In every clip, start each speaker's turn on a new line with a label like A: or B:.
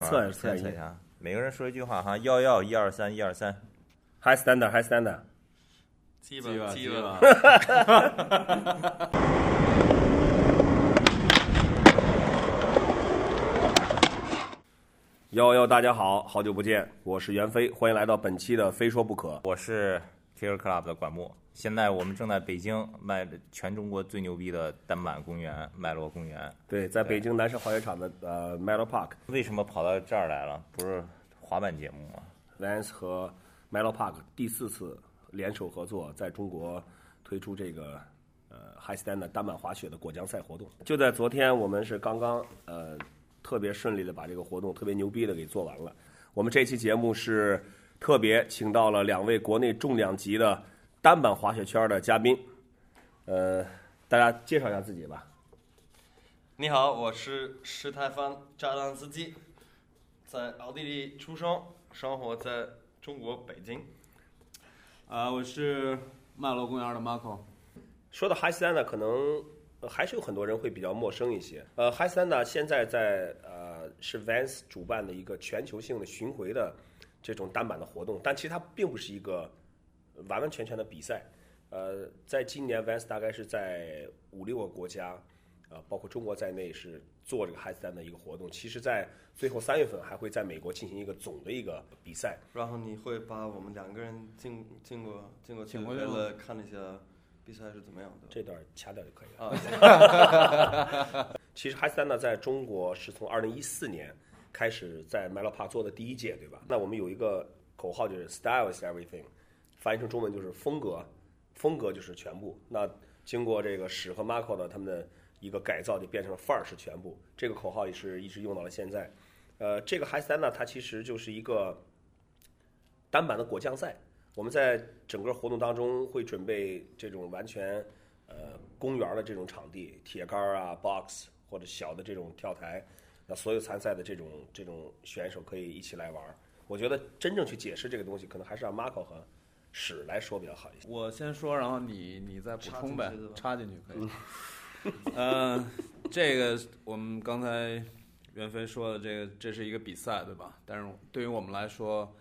A: 测
B: 啊
A: 一下测
B: 看
A: 一下
B: 一下，每个人说一句话哈，幺幺一二三一二三，
A: ，High standard，High standard。
C: 鸡巴鸡
D: 吧
C: 巴，
A: 哟哟，大家好，好久不见，我是袁飞，欢迎来到本期的《非说不可》。
B: 我是 Kicker Club 的管木，现在我们正在北京卖全中国最牛逼的单板公园麦罗公园，
A: 对，在北京南山滑雪场的呃 Metal Park
B: 为什么跑到这儿来了？不是滑板节目吗？
A: Vans 和 Metal Park 第四次联手合作，在中国推出这个呃 High Standard 单板滑雪的果酱赛活动。就在昨天，我们是刚刚呃特别顺利的把这个活动特别牛逼的给做完了。我们这期节目是特别请到了两位国内重量级的单板滑雪圈的嘉宾，呃，大家介绍一下自己吧。
D: 你好，我是石泰帆炸弹司机，在奥地利出生，生活在中国北京。
C: 啊，我是麦罗公园的 Marco，
A: 说到 High Standard，可能呃还是有很多人会比较陌生一些。呃，High Standard 现在在呃是 Vans 主办的一个全球性的巡回的这种单板的活动，但其实它并不是一个完完全全的比赛。呃，在今年 Vans 大概是在五六个国家，呃，包括中国在内是做这个 High Stand 的一个活动。其实，在最后三月份还会在美国进行一个总的一个比赛。
D: 然后你会把我们两个人进进过进过去，
C: 请回
D: 为
C: 来吗
D: 了看一下比赛是怎么样的。
A: 这段掐掉就可以了。
D: 啊，
A: 啊 其实 High Stand 呢，在中国是从二零一四年开始在 m e l o p a 做的第一届，对吧？那我们有一个口号就是 Style is everything，翻译成中文就是风格，风格就是全部。那经过这个史和 Marco 的他们的一个改造，就变成了范儿是全部。这个口号也是一直用到了现在。呃，这个 High Stand 呢，它其实就是一个单板的果酱赛。我们在整个活动当中会准备这种完全呃公园的这种场地，铁杆儿啊、box 或者小的这种跳台，那所有参赛的这种这种选手可以一起来玩儿。我觉得真正去解释这个东西，可能还是让 Marco 和史来说比较好一些。
C: 我先说，然后你你再补充呗
D: 插进去对吧，
C: 插进去可以。 嗯、这个我们刚才袁飞说的，这个这是一个比赛，对吧？但是对于我们来说，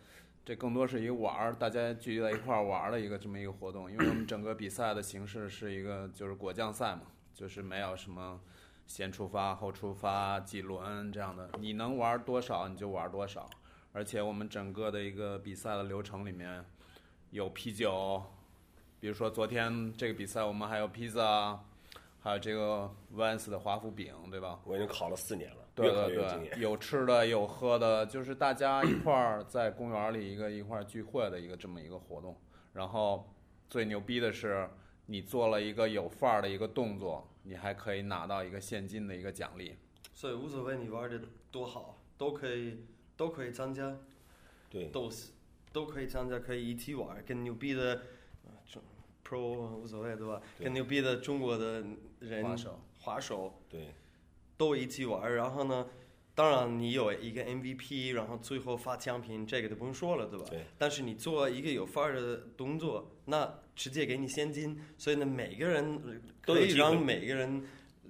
C: 这更多是一个玩儿，大家聚集在一块儿玩儿的一个这么一个活动。因为我们整个比赛的形式是一个就是果酱赛嘛，就是没有什么先出发后出发几轮这样的，你能玩多少你就玩多少。而且我们整个的一个比赛的流程里面，有啤酒，比如说昨天这个比赛我们还有披萨，啊还有这个 Vans 的华夫饼，对吧？
A: 我已经考了四年了，
C: 对
A: 越考
C: 对
A: 越有经验。
C: 对，有吃的有喝的，就是大家一块儿在公园里一个一块儿聚会的一个这么一个活动。然后最牛逼的是，你做了一个有范儿的一个动作，你还可以拿到一个现金的一个奖励。
D: 所以无所谓你玩的多好，都可以都可以参加，
A: 对，
D: 都是都可以参加，可以一起玩，跟牛逼的呃中 pro 无所谓对吧？
A: 对
D: 跟牛逼的中国的人
C: 花手
D: 滑手
A: 对，
D: 都一起玩儿，然后呢，当然你有一个 MVP，然后最后发奖品，这个就不用说了，对吧？
A: 对。
D: 但是你做一个有范儿的动作，那直接给你现金，所以呢，每个人呃
A: 都
D: 可
A: 有
D: 以
A: 机会
D: 让每个人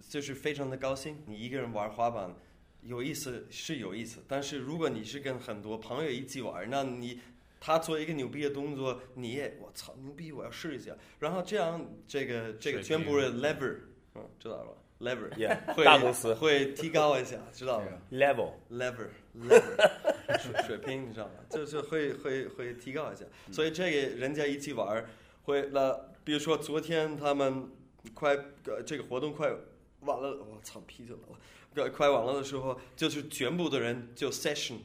D: 就是非常的高兴。你一个人玩滑板有意思是有意思，但是如果你是跟很多朋友一起玩儿，那你。他做一个牛逼的动作，你也我操牛逼，我要试一下。然后这样，这个这个
C: 水
D: 全
C: 平
D: 部是 lever，嗯，知道了吧？lever，
A: 也、
D: 会
A: 大公司
D: 会提高一下，知道吗
A: ，level，
D: ？lever lever 水水平，你知道吗？就是会会会提高一下，所以这个人家一起玩儿会那，比如说昨天他们快呃这个活动快完了，我操啤酒了，快快完了的时候，就是全部的人就 session。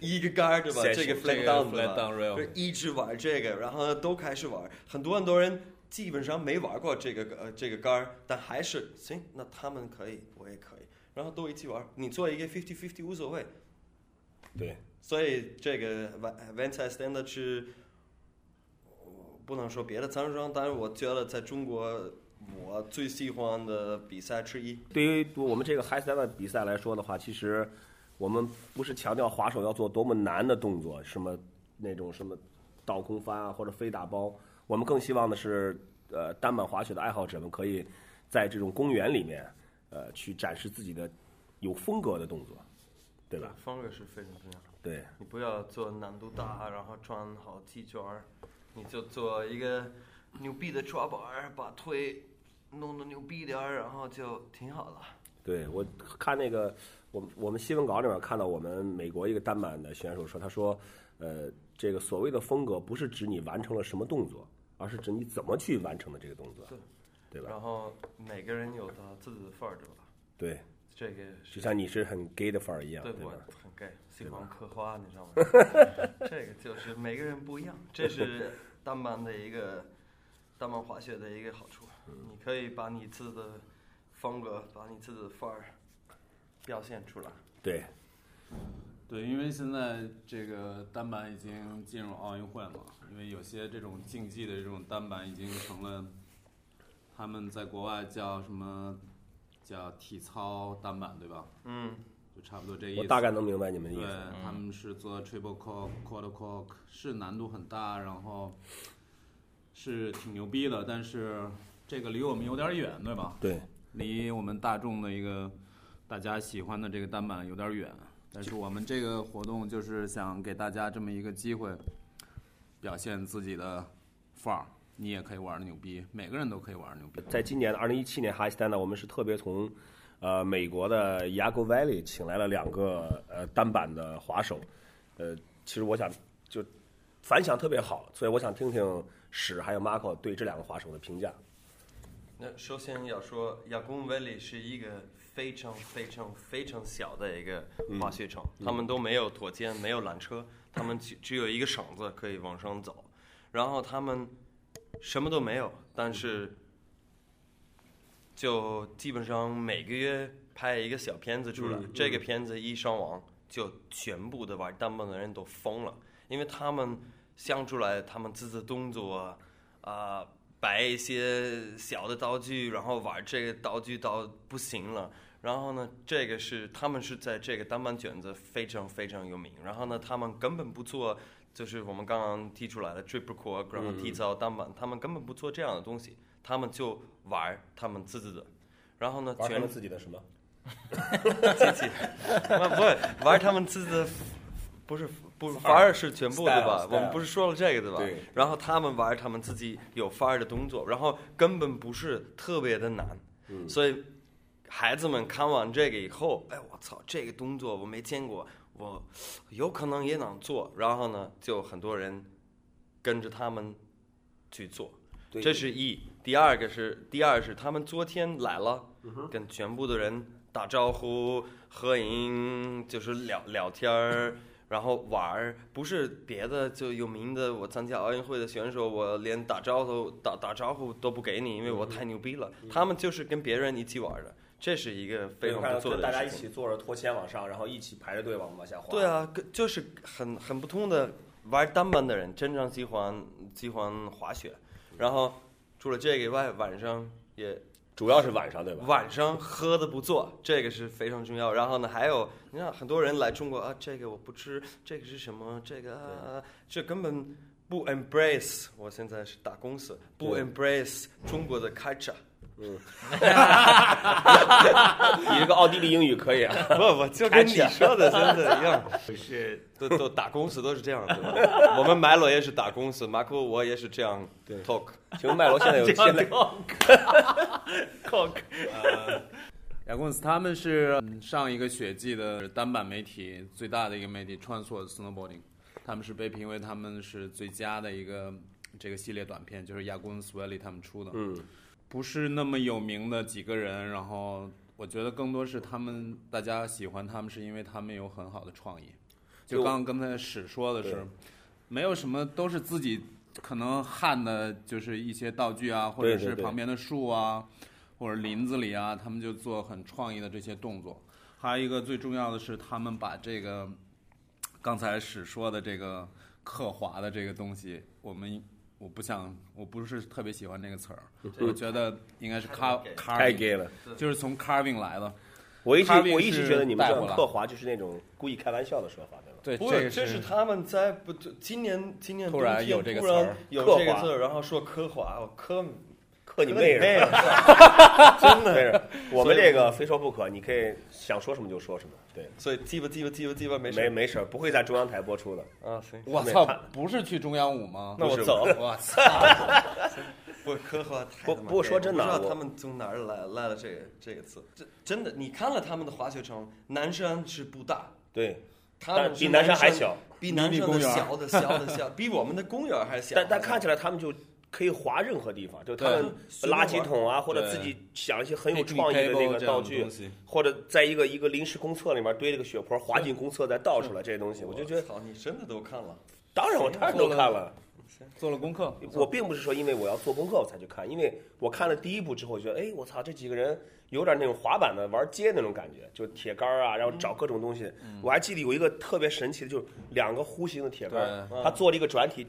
D: 一个杆儿对吧？
A: Session，
D: 这个
C: 这
D: flat
C: 个
D: down
C: f
D: 对吧
C: l a？down rail
D: 就是一直玩这个，然后都开始玩，很多很多人基本上没玩过这个呃这个杆儿，但还是行，那他们可以，我也可以，然后都一起玩，你做一个 fifty fifty 无所谓，
A: 对，
D: 所以这个 Van Van t Stand 是，我不能说别的参数，但是我觉得在中国我最喜欢的比赛之一，
A: 对于我们这个 High Stand 的比赛来说的话，其实我们不是强调滑手要做多么难的动作，什么那种什么倒空翻啊，或者飞打包，我们更希望的是，呃，单板滑雪的爱好者们可以在这种公园里面，呃，去展示自己的有风格的动作。对吧？
D: 风啊格是非常重要。
A: 对，
D: 你不要做难度大，然后穿好 T 恤儿，你就做一个牛逼的抓板，把腿弄得牛逼点儿，然后就挺好了。
A: 对我看那个，我们我们新闻稿里面看到我们美国一个单板的选手说，他说，呃，这个所谓的风格不是指你完成了什么动作，而是指你怎么去完成的这个动作，对吧？
D: 然后每个人有他自己的范儿，对吧？
A: 对，
D: 这个是
A: 就像你是很 gay 的范儿一样，
D: 对
A: 对
D: 我
A: 吧？
D: 很 gay，喜欢刻花，你知道吗？ 这个就是每个人不一样，这是单板的一个单板滑雪的一个好处，
A: 嗯
D: 你可以把你自己的风格，把你自己的范儿表现出来。
A: 对，
C: 对，因为现在这个单板已经进入奥运会了，因为有些这种竞技的这种单板已经成了，他们在国外叫什么，叫体操单板，对吧？
D: 嗯，
C: 就差不多这意
A: 我
C: 思。
A: 大概能明白你们的意
C: 对
A: 思。，嗯
C: 他们是做 triple cork、quarter cork，是难度很大，然后是挺牛逼的，但是这个离我们有点远，对吧？
A: 对，
C: 离我们大众的一个大家喜欢的这个单板有点远，但是我们这个活动就是想给大家这么一个机会，表现自己的范儿。你也可以玩的牛逼，每个人都可以玩的牛逼。
A: 在今年的二零一七年哈西丹呢，我们是特别从呃美国的 Yago Valley 请来了两个呃单板的滑手，呃，其实我想就反响特别好，所以我想听听史还有 Marco 对这两个滑手的评价。
D: 那首先要说，亚公威里是一个非常非常非常小的一个滑雪场，他们都没有左肩，没有缆车，他们只只有一个绳子可以往上走，然后他们什么都没有，但是就基本上每个月拍一个小片子出来，这个片子一上网，就全部的玩弹幕的人都疯了，因为他们想出来他们自己的动作啊。啊、摆一些小的道具，然后玩这个道具到不行了。然后呢，这个是他们是在这个单板卷子非常非常有名。然后呢，他们根本不做，就是我们刚刚提出来
A: 嗯
D: 的 triple cork，然后体操单板，他们根本不做这样的东西，他们就玩他们自己的。然后呢，
A: 玩他
D: 全
A: 们自己的什么？
D: 自己，不不是玩他们自己的，不是不玩儿是全部
A: Style，
D: 对吧
A: style
D: 我们不是说了这个对吧？
A: 对
D: 然后他们玩他们自己有范儿的动作，然后根本不是特别的难，
A: 嗯
D: 所以孩子们看完这个以后，哎，我操，这个动作我没见过，我有可能也能做。然后呢，就很多人跟着他们去做。
A: 对
D: 这是一。第二个是，第二是他们昨天来了，
A: 嗯
D: 跟全部的人打招呼、合影，就是聊聊天儿， 然后玩儿。不是别的，就有名的，我参加奥运会的选手，我连打招呼打打招呼都不给你，因为
A: 嗯
D: 我太牛逼了。他们就是跟别人一起玩儿的，这是一个非常
A: 看
D: 不错
A: 跟大家
D: 的
A: 一
D: 事情。
A: 起坐着拖肩往上，然后一起排着队往往下滑。
D: 对，啊，跟就是很很不同的玩单板的人，真正喜欢喜欢滑雪。然后除了这个以外，晚上也
A: 主要是晚上对吧？
D: 晚上喝的不错，这个是非常重要。然后呢，还有你看很多人来中国啊，这个我不吃，这个是什么？这个啊，这根本不 embrace。我现在是打公司，不 embrace 中国的 culture。
A: 你这个奥地利英语可以 啊。
D: 不不，就跟你说的真的一 样，是都都打公司都是这样，对吧？我们买了也是打公司，马库我也是这样 talk。
A: 请问麦罗现 在有现在
C: 雅公司他们是嗯上一个雪季的单板媒体最大的一个媒体穿梭 snowboarding，他们是被评为他们是最佳的一个这个系列短片，就是雅公斯 Valley 他们出的。
A: 嗯，
C: 不是那么有名的几个人，然后我觉得更多是他们大家喜欢他们是因为他们有很好的创意，就
A: 就
C: 刚刚才史说的是
A: 对，
C: 没有什么都是自己可能焊的，就是一些道具啊，或者
A: 对对
C: 是
A: 对
C: 旁边的树啊，或者林子里啊，他们就做很创意的这些动作。还有一个最重要的是，他们把这个刚才史说的这个刻划的这个东西，我们我不想，我不是特别喜欢这个词儿，我觉得应该是 car
A: 太
C: carving，
A: gay 了。
C: 就是从 carving 来的。
A: 我一直
C: Carving
A: 我一直
C: 是
A: 觉得你们这
C: 带
A: 种
C: 回来
A: 刻划就是那种故意开玩笑的说法，对吧？
C: 对，
D: 不
C: 这个
D: 这是他们在不今年今年
C: 突然
D: 冬天
C: 有这个
D: 突
C: 词儿
D: 然有
A: 刻
D: 这个
A: 划
D: 字儿，然后说科华，我科
A: 刻和你妹
D: 那
A: 似
D: 个
A: 的，对是我们这个非说不可，你可以想说什么就说什么，对，
D: 所以鸡巴鸡巴鸡巴鸡巴没事
A: 没没事儿，不会在中央台播出的。
D: 啊，行，
C: 我操，不是去中央五吗？
D: 那我
C: 不是
D: 走
C: 我操！
D: 不科幻太
A: 不
D: 他妈
A: 不过说
D: 黑了
A: 真的
D: 不
A: 啊
D: 知道
A: 我
D: 他们从哪儿来来了这个这个词，这真的，你看了他们的滑雪场，南山是不大，
A: 对，
D: 他
A: 但
D: 们
A: 比
D: 是
A: 南
D: 南
A: 山还，小，
D: 比南山
C: 迷
D: 的
C: 你公园
D: 小的小的小，比我们的公园还小。
A: 但但看起来他们就可以滑任何地方，就他
C: 对
A: 们垃圾桶啊，或者自己想一些 很有创意的那个道具，或者在一个一个临时公厕里面堆了个雪坡，滑进公厕再倒出来这些东西，我就觉得，
D: 操，你真的都看了，
A: 当然我当然都看了。
C: 做了功课，
A: 我并不是说因为我要做功课我才去看，因为我看了第一部之后，我觉得哎，我操，这几个人有点那种滑板的玩街那种感觉，就铁杆儿啊，然后
C: 嗯
A: 找各种东西。我还记得有一个特别神奇的，就是两个弧形的铁杆儿，
D: 对
A: 他做了一个转体，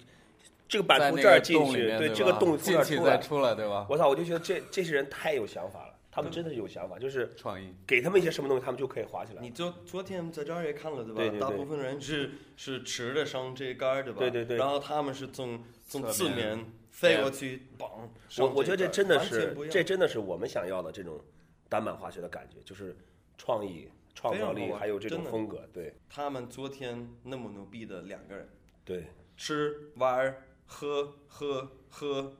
A: 这个
C: 在
A: 板
C: 那
A: 从
C: 个
A: 这儿进
C: 洞里
A: 去，
C: 面
A: 对，
C: 吧
A: 这个洞从这儿
C: 进去
A: 出
C: 再
A: 来。
C: 出来，对吧？
A: 我操，我就觉得这这些人太有想法了，他们真的是有想法，就是
C: 创意，
A: 给他们一些什么东西，他们就可以滑起来。
D: 你就昨天在这儿也看了对吧？
A: 对对对
D: 大部分人是是持着上这杆儿对吧？
A: 对对对
D: 然后他们是从从
C: 侧
D: 侧
C: 面
D: 面飞过去，绑上
A: 我
D: 杆儿。
A: 我觉得这真的
D: 完
A: 是
D: 全不一，样
A: 这真的是我们想要的这种单板滑雪的感觉，就是创意、创造
D: 非常
A: 力，
D: 好玩
A: 还有这种
D: 真的
A: 风格。对
D: 他们昨天那么牛逼的两个人，
A: 对，
D: 吃玩儿喝喝喝，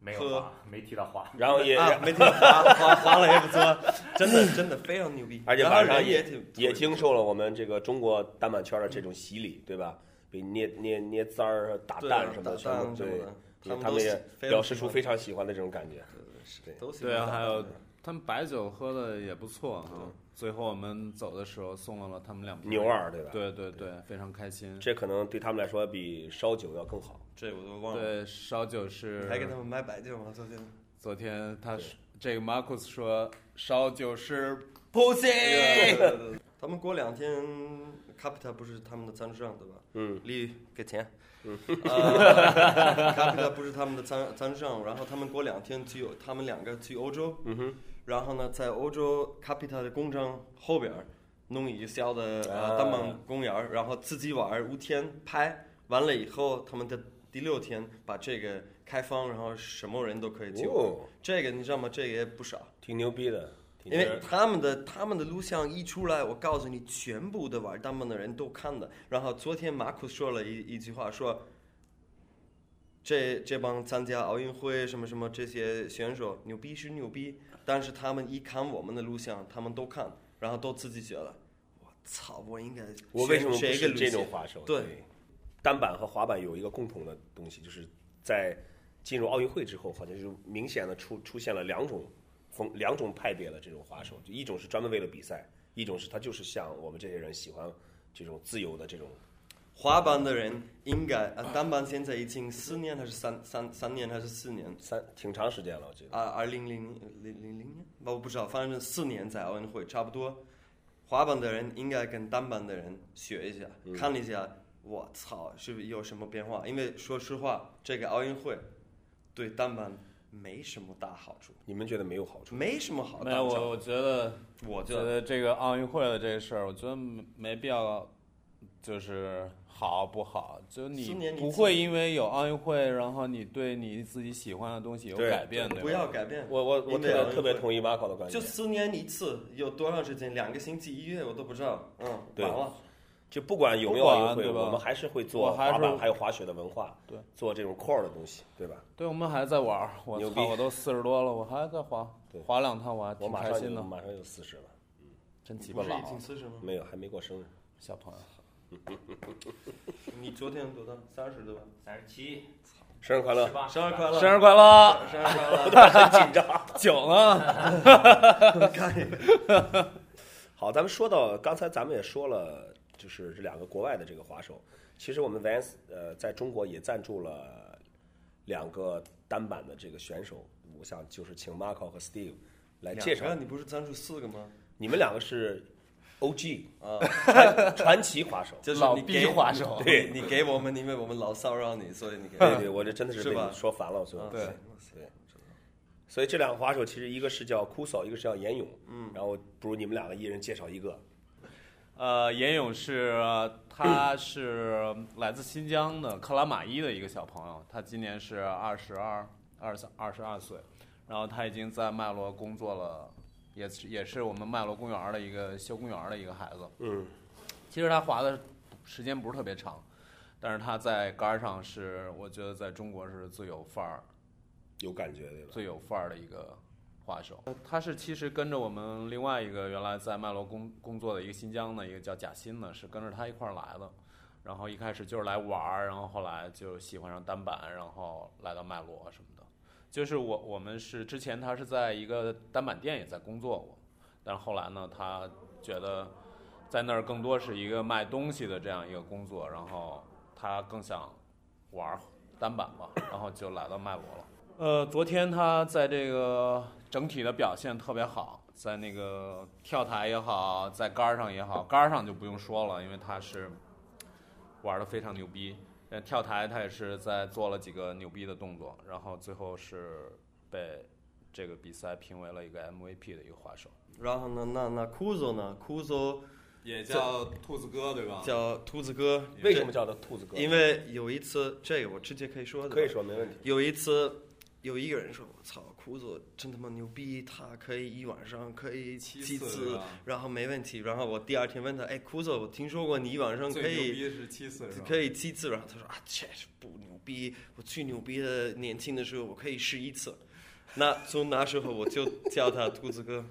B: 没
D: 喝
B: 有滑，没提到滑，
A: 然后也
D: 啊，没听滑滑滑了也不错，真的真的非常牛逼，
A: 而且
D: 然后
A: 晚上
D: 人也挺
A: 也经受了我们这个中国单板圈的这种洗礼，对吧？比捏捏捏簪儿、打
D: 对啊
A: 蛋什么
D: 打
A: 的，全
D: 蛋
A: 部
D: 什么
A: 对
D: 的，，
A: 对
D: 们
A: 他
D: 都
A: 们
D: 喜
A: 也
D: 非常
A: 表示
D: 喜
A: 出
D: 欢
A: 非常喜欢的这种感觉。
D: 是
A: 对
D: 都喜欢
C: 对啊，
D: 打
C: 还有
D: 蛋
C: 他们白酒喝的也不错啊。最后我们走的时候送了了他们两瓶
A: 牛，二，对吧？，
C: 对对对，非常开心。
A: 这可能对他们来说比烧酒要更好。
D: 这我都忘了，
C: 对，烧酒是
D: 还给他们买白酒吗？昨天
C: 昨天他是这个 Marcus 说烧酒是 pussy，
D: 哎对对对他们过两天 Capita 不是他们的赞助商对吧？
A: 嗯，
D: 利给钱。嗯，Capita 不是他们的赞赞助商，然后他们过两天去，他们两个去欧洲。嗯哼。然后呢，在欧洲 Capita 的工厂后边儿弄一个小的
A: 啊
D: 呃单板公园儿，然后自己玩儿五天拍完了以后，他们的第六天把这个开放，然后什么人都可以去玩。
A: 哦，
D: 这个你知道吗？这个也不少。
A: 挺牛逼的，挺
D: 因
A: 牛逼
D: 为他们的他们的录像一出来，我告诉你，全部的玩弹幕的人都看的。然后昨天马库说了一一句话，说这这帮参加奥运会什么什么这些选手牛逼是牛逼，但是他们一看我们的录像，他们都看，然后都自己觉得，我操，我应该
A: 我为什么不
D: 选
A: 是
D: 谁
A: 这
D: 给
A: 种
D: 种
A: 滑手？
D: 对，
A: 单板和滑板有一个共同的东西，就是在进入奥运会之后，好像就明显的出出现了两种风两种派别的这种滑手，就一种是专门为了比赛，一种是他就是像我们这些人喜欢这种自由的这种。
D: 滑板的人应该啊，单板现在已经四年还是三三三年还是四年？
A: 三挺长时间了，我记得。
D: 啊，二零零零零零年吧，我不知道，反正四年在奥运会差不多。滑板的人应该跟单板的人学一下，看一下，我操，是不是有什么变化？因为说实话，这个奥运会对单板没什么大好处，
A: 你们觉得没有好处？
D: 没什么好
C: 没
D: 大
C: 有
D: 招。
C: 我我觉得
D: 我
C: 觉
D: 觉得
C: 得这个奥运会的这个事儿，我觉得没没必要，就是好不好，就
D: 苏联你
C: 你不会因为有奥运会，然后你对你自己喜欢的东西有
A: 对
C: 改变，对吧
D: 不要改变。
A: 我我我
D: 因为
A: 特别
D: 奥运会
A: 特别同意马考的观
D: 就
A: 点，
D: 四年一次，有多长时间？两个星期一月我都不知道。嗯，
A: 对
D: 完了。
A: 就不管有没有
C: 不管
A: 奥运会，
C: 对吧
A: 我们还是会做
C: 我还是
A: 滑板，还有滑雪的文化，
C: 对，
A: 做这种 core 的东西，对吧？
C: 对，我们还在玩儿，我
A: 牛逼
C: 操，我都四十多了，我还在滑
A: 对，
C: 滑两趟我还
A: 我
C: 挺
A: 马
C: 开
A: 上
C: 心
A: 就
C: 的，
A: 马上就四十了，
C: 真鸡
D: 不
C: 巴
D: 是
C: 老
D: 已，经四十吗？
A: 没有还没过生日。
C: 小朋友，
D: 你昨天多大？三十对吧？
B: 三十七，
A: 生日快 乐！
D: 生日快乐！
C: 生日快乐，
D: 生日快乐！
C: 酒
D: 啊
C: 呢？
A: 好，咱们说到刚才咱们也说了，就是这两个国外的这个滑手，其实我们 Vans 呃在中国也赞助了两个单板的这个选手，我想就是请 Marco 和 Steve 来介
D: 两
A: 绍
D: 个，你不是赞助四个吗？
A: 你们两个是 OG
D: 啊，
A: 传传奇滑 手。
D: 就是
C: 老
D: 你
C: 逼
D: 给
C: 滑手 嗯
D: 对你给我们，因为我们老骚扰你，所以你给。
A: 对对，我这真的是被
D: 是吧
A: 你说烦了，所以
D: 啊
A: 对对。所以这两个滑手其实一个是叫 Kuso，一个是叫严勇，嗯，然后不如你们两个一人介绍一个，
C: 呃，严勇是呃他是来自新疆的克拉玛依的一个小朋友，他今年是二十二、二十二十二岁，然后他已经在麦罗工作了，也是也是我们麦罗公园的一个修公园的一个孩子。
A: 嗯，
C: 其实他滑的时间不是特别长，但是他在杆上是我觉得在中国是最有范儿、
A: 有感觉对吧？
C: 最有范儿的一个滑手。呃他是其实跟着我们另外一个原来在麦罗工工作的一个新疆的一个叫贾欣呢，是跟着他一块儿来的。然后一开始就是来玩儿，然后后来就喜欢上单板，然后来到麦罗什么的。就是我我们是之前他是在一个单板店也在工作过，但是后来呢，他觉得在那儿更多是一个卖东西的这样一个工作，然后他更想玩儿单板吧，然后就来到麦罗了。呃，昨天他在这个整体的表现特别好，在那个跳台也好，在杆儿上也好，杆儿上就不用说了，因为他是玩的非常牛逼。呃，跳台他也是在做了几个牛逼的动作，然后最后是被这个比赛评为了一个 MVP 的一个滑手。
D: 然后呢，那那 Kuzo 呢？Kuzo
C: 也
D: 叫
C: 兔子哥对吧？
D: 叫兔子哥，
A: 啊为什么叫他兔子哥？
D: 这？因为有一次，这个我直接可以说的吧，
A: 可以说没问题。
D: 有一次，有一个人说：“我操，库佐真他妈牛逼，他可以一晚上可以
C: 七
D: 七
C: 次
D: 次，
C: 是吧
D: 然后没问题。”然后我第二天问他：“哎，库佐，我听说过你一晚上嗯可以
C: 逼是七次
D: 可以七次。”然后他说：“啊，这是不牛逼，我最牛逼的年轻的时候我可以十一次。”那从那时候我就叫他兔子哥。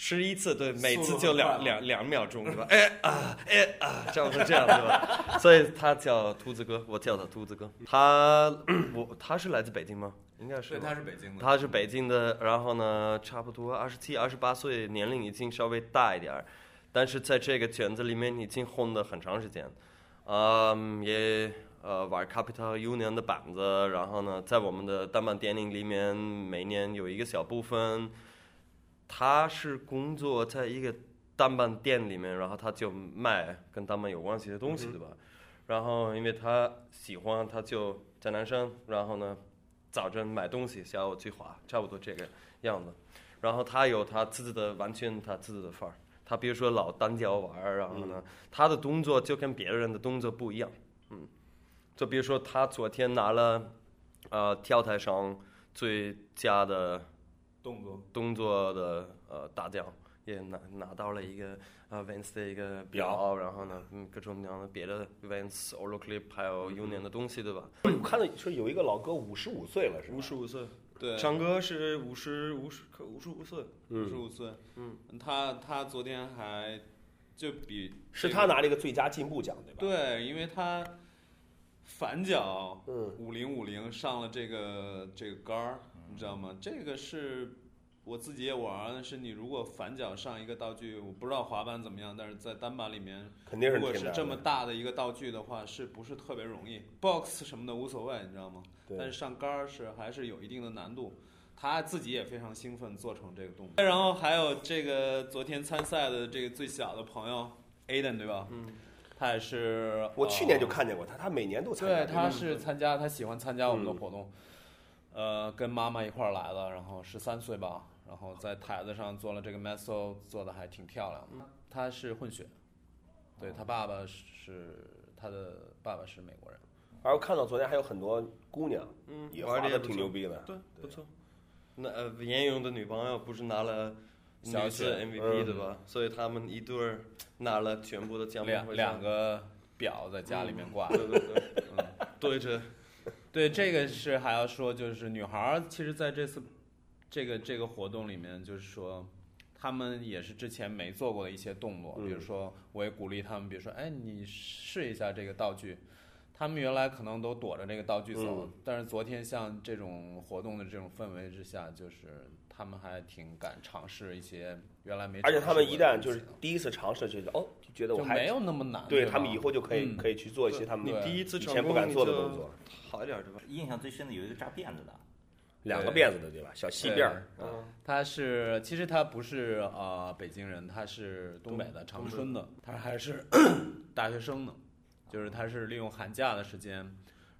D: 十一次，对，每次就两
C: 速度很快吗
D: 两两秒钟，对吧？哎啊，哎啊，这样是这样，对吧？所以他叫兔子哥，我叫他兔子哥。他 我他是来自北京吗？应该是吧。
C: 是北京
D: 他是北京的，然后呢，差不多二十七、二十八岁，年龄已经稍微大一点儿，但是在这个圈子里面已经混了很长时间，嗯，也呃玩 Capital Union 的板子，然后呢，在我们的单板电影里面，每年有一个小部分，他是工作在一个单板店里面，然后他就卖跟单板有关系的东西，对吧？然后因为他喜欢，他就在南山，然后呢，早晨买东西，下午去滑，差不多这个样子。然后他有他自己的完全他自己的范儿，他比如说老单脚玩儿，啊然后呢，
C: 嗯
D: 他的动作就跟别人的动作不一样，嗯，就比如说他昨天拿了，呃，跳台上最佳的
C: 动作
D: 动作的呃大奖，也拿拿到了一个呃 Vans 的一个表，
A: 表
D: 然后呢，嗯，各种各样的别的 Vans、Olo Clip 还
C: 嗯
D: 有 Union 的东西，对吧？
A: 我看到说有一个老哥五十五岁了，是吧？
D: 五十五岁，
C: 对
D: 张哥是五十五十可五十五岁，
C: 十
A: 嗯，
C: 五岁，
D: 嗯，
C: 他他昨天还就比
A: 是
C: 这
A: 他
C: 个
A: 拿了一个最佳进步奖，对吧？
C: 对，因为他反脚
A: 嗯，
C: 五零五零上了这个这个杆儿，你知道吗？
A: 嗯
C: 这个是我自己也玩，但是你如果反脚上一个道具，我不知道滑板怎么样，但是在单板里面，
A: 肯定是
C: 如
A: 挺
C: 果
A: 难
C: 是
A: 的
C: 这么大的一个道具的话，是不是特别容易？box 什么的无所谓，你知道吗？但
A: 对
C: 是上杆儿是还是有一定的难度。他自己也非常兴奋，做成这个动作。然后还有这个昨天参赛的这个最小的朋友 Aden 对吧？嗯，他也是。
A: 我去年就
C: 呃
A: 看见过他，他每年都参嗯加
C: 对，
A: 这
C: 他
A: 个。
C: 是参加，他喜欢参加我们的活动，
A: 嗯
C: 呃，跟妈妈一块儿来的，然后十三岁吧，然后在台子上做了这个 meso，做的还挺漂亮
A: 嗯
C: 的。他是混血，对他爸爸是他的爸爸是美国人，
A: 而我看到昨天还有很多姑娘，
D: 嗯
A: 也
D: 玩
A: 滑
D: 的
A: 的挺牛，逼的。
D: 对，不错。那呃，严勇的女朋友不是拿了
C: 小
D: 女子
C: 雪
D: MVP
A: 嗯
D: 对吧？所以他们一对儿拿了全部的奖杯
C: 两
D: 回家
C: 两，个表在家里面挂。
D: 对对对，嗯对着
C: 对，这个是还要说，就是女孩儿其实在这次这个这个活动里面，就是说。她们也是之前没做过的一些动作，
A: 嗯
C: 比如说，我也鼓励她们，比如说，哎，你试一下这个道具。她们原来可能都躲着这个道具走，
A: 嗯
C: 但是昨天像这种活动的这种氛围之下，就是她们还挺敢尝试一些原来没尝
A: 而且
C: 试过的东西的。
A: 他们一旦就是第一次尝试，就觉得哦，就觉得我
C: 就没
A: 还
C: 有那么难。
A: 对
C: 吧
A: 他们以后就可以
C: 嗯
A: 可以去做一些他们
D: 你
C: 对
D: 第一次
A: 以
D: 成
A: 前
D: 功
A: 不敢做的
D: 你就
A: 动作，
D: 好一点对吧？
B: 印象最深的有一个扎辫子的，
A: 两个辫子的对吧？小细辫儿，
D: 嗯，
C: 他是，其实他不是呃北京人，他是东北的长春的，哦他还 是大学生呢，就是他是利用寒假的时间，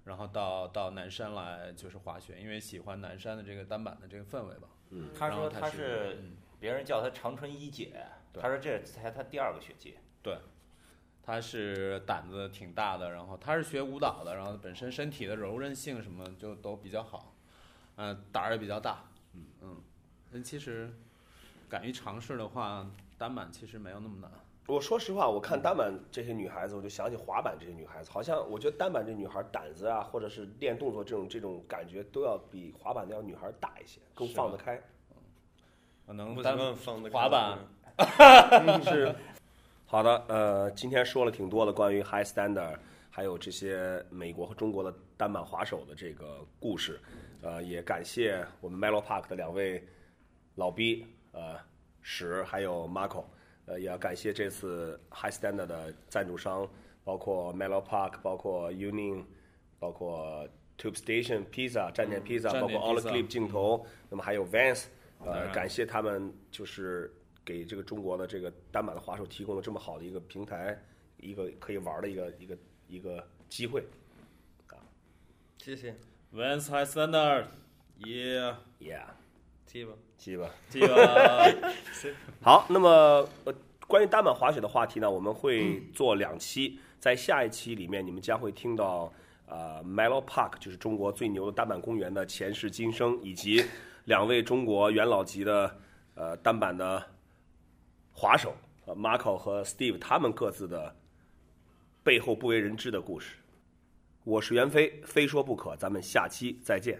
C: 然后到到南山来就是滑雪，因为喜欢南山的这个单板的这个氛围吧。
B: 他
C: 然后
B: 说
C: 他
B: 他
C: 是嗯
B: 是别人叫他长春一姐，
C: 对
B: 他说这才他第二个学期。
C: 他是胆子挺大的，然后他是学舞呃蹈的，然后本身身体的柔韧性什么就都比较好，嗯、胆儿也比较大，嗯，但其实敢于尝试的话，单板其实没有那么难。
A: 我说实话，我看单板这些女孩子，我就想起滑板这些女孩子，好像我觉得单板这女孩胆子啊，或者是练动作这种这种感觉，都要比滑板的要女孩大一些，更
C: 是
A: 放
C: 吗
A: 得开。
C: 我能
D: 不
C: 单
D: 能放得开
C: 滑板
A: 是， 好的，呃，今天说了挺多的关于 high standard，还有这些美国和中国的单板滑手的这个故事，呃，也感谢我们 Melo Park 的两位老逼，呃，史还有 Marco，呃，也要感谢这次 high standard 的赞助商，包括 Melo Park，包括 Union，包括 Tube Station Pizza 站点 Pizza，、
C: 嗯站
A: 包
C: 点
A: 括 All
C: Pizza
A: Clip 镜头，那么还有 Vans，
C: 当
A: 呃，
C: 然
A: 感谢他们就是给这个中国的这个单板的滑手提供了这么好的一个平台，一个可以玩的一个一个一个机会。
D: 谢谢，
C: Vans High Standard，Yeah，
A: Yeah，
D: 踢吧。
A: 记吧。
C: 这个
A: 好，那么呃，关于单板滑雪的话题呢，我们会做两期，在下一期里面，你们将会听到呃 Melo Park，就是中国最牛的单板公园的前世今生，以及两位中国元老级的呃单板的滑手、呃、Marco 和 Steve 他们各自的背后不为人知的故事。我是袁飞，非说不可，咱们下期再见。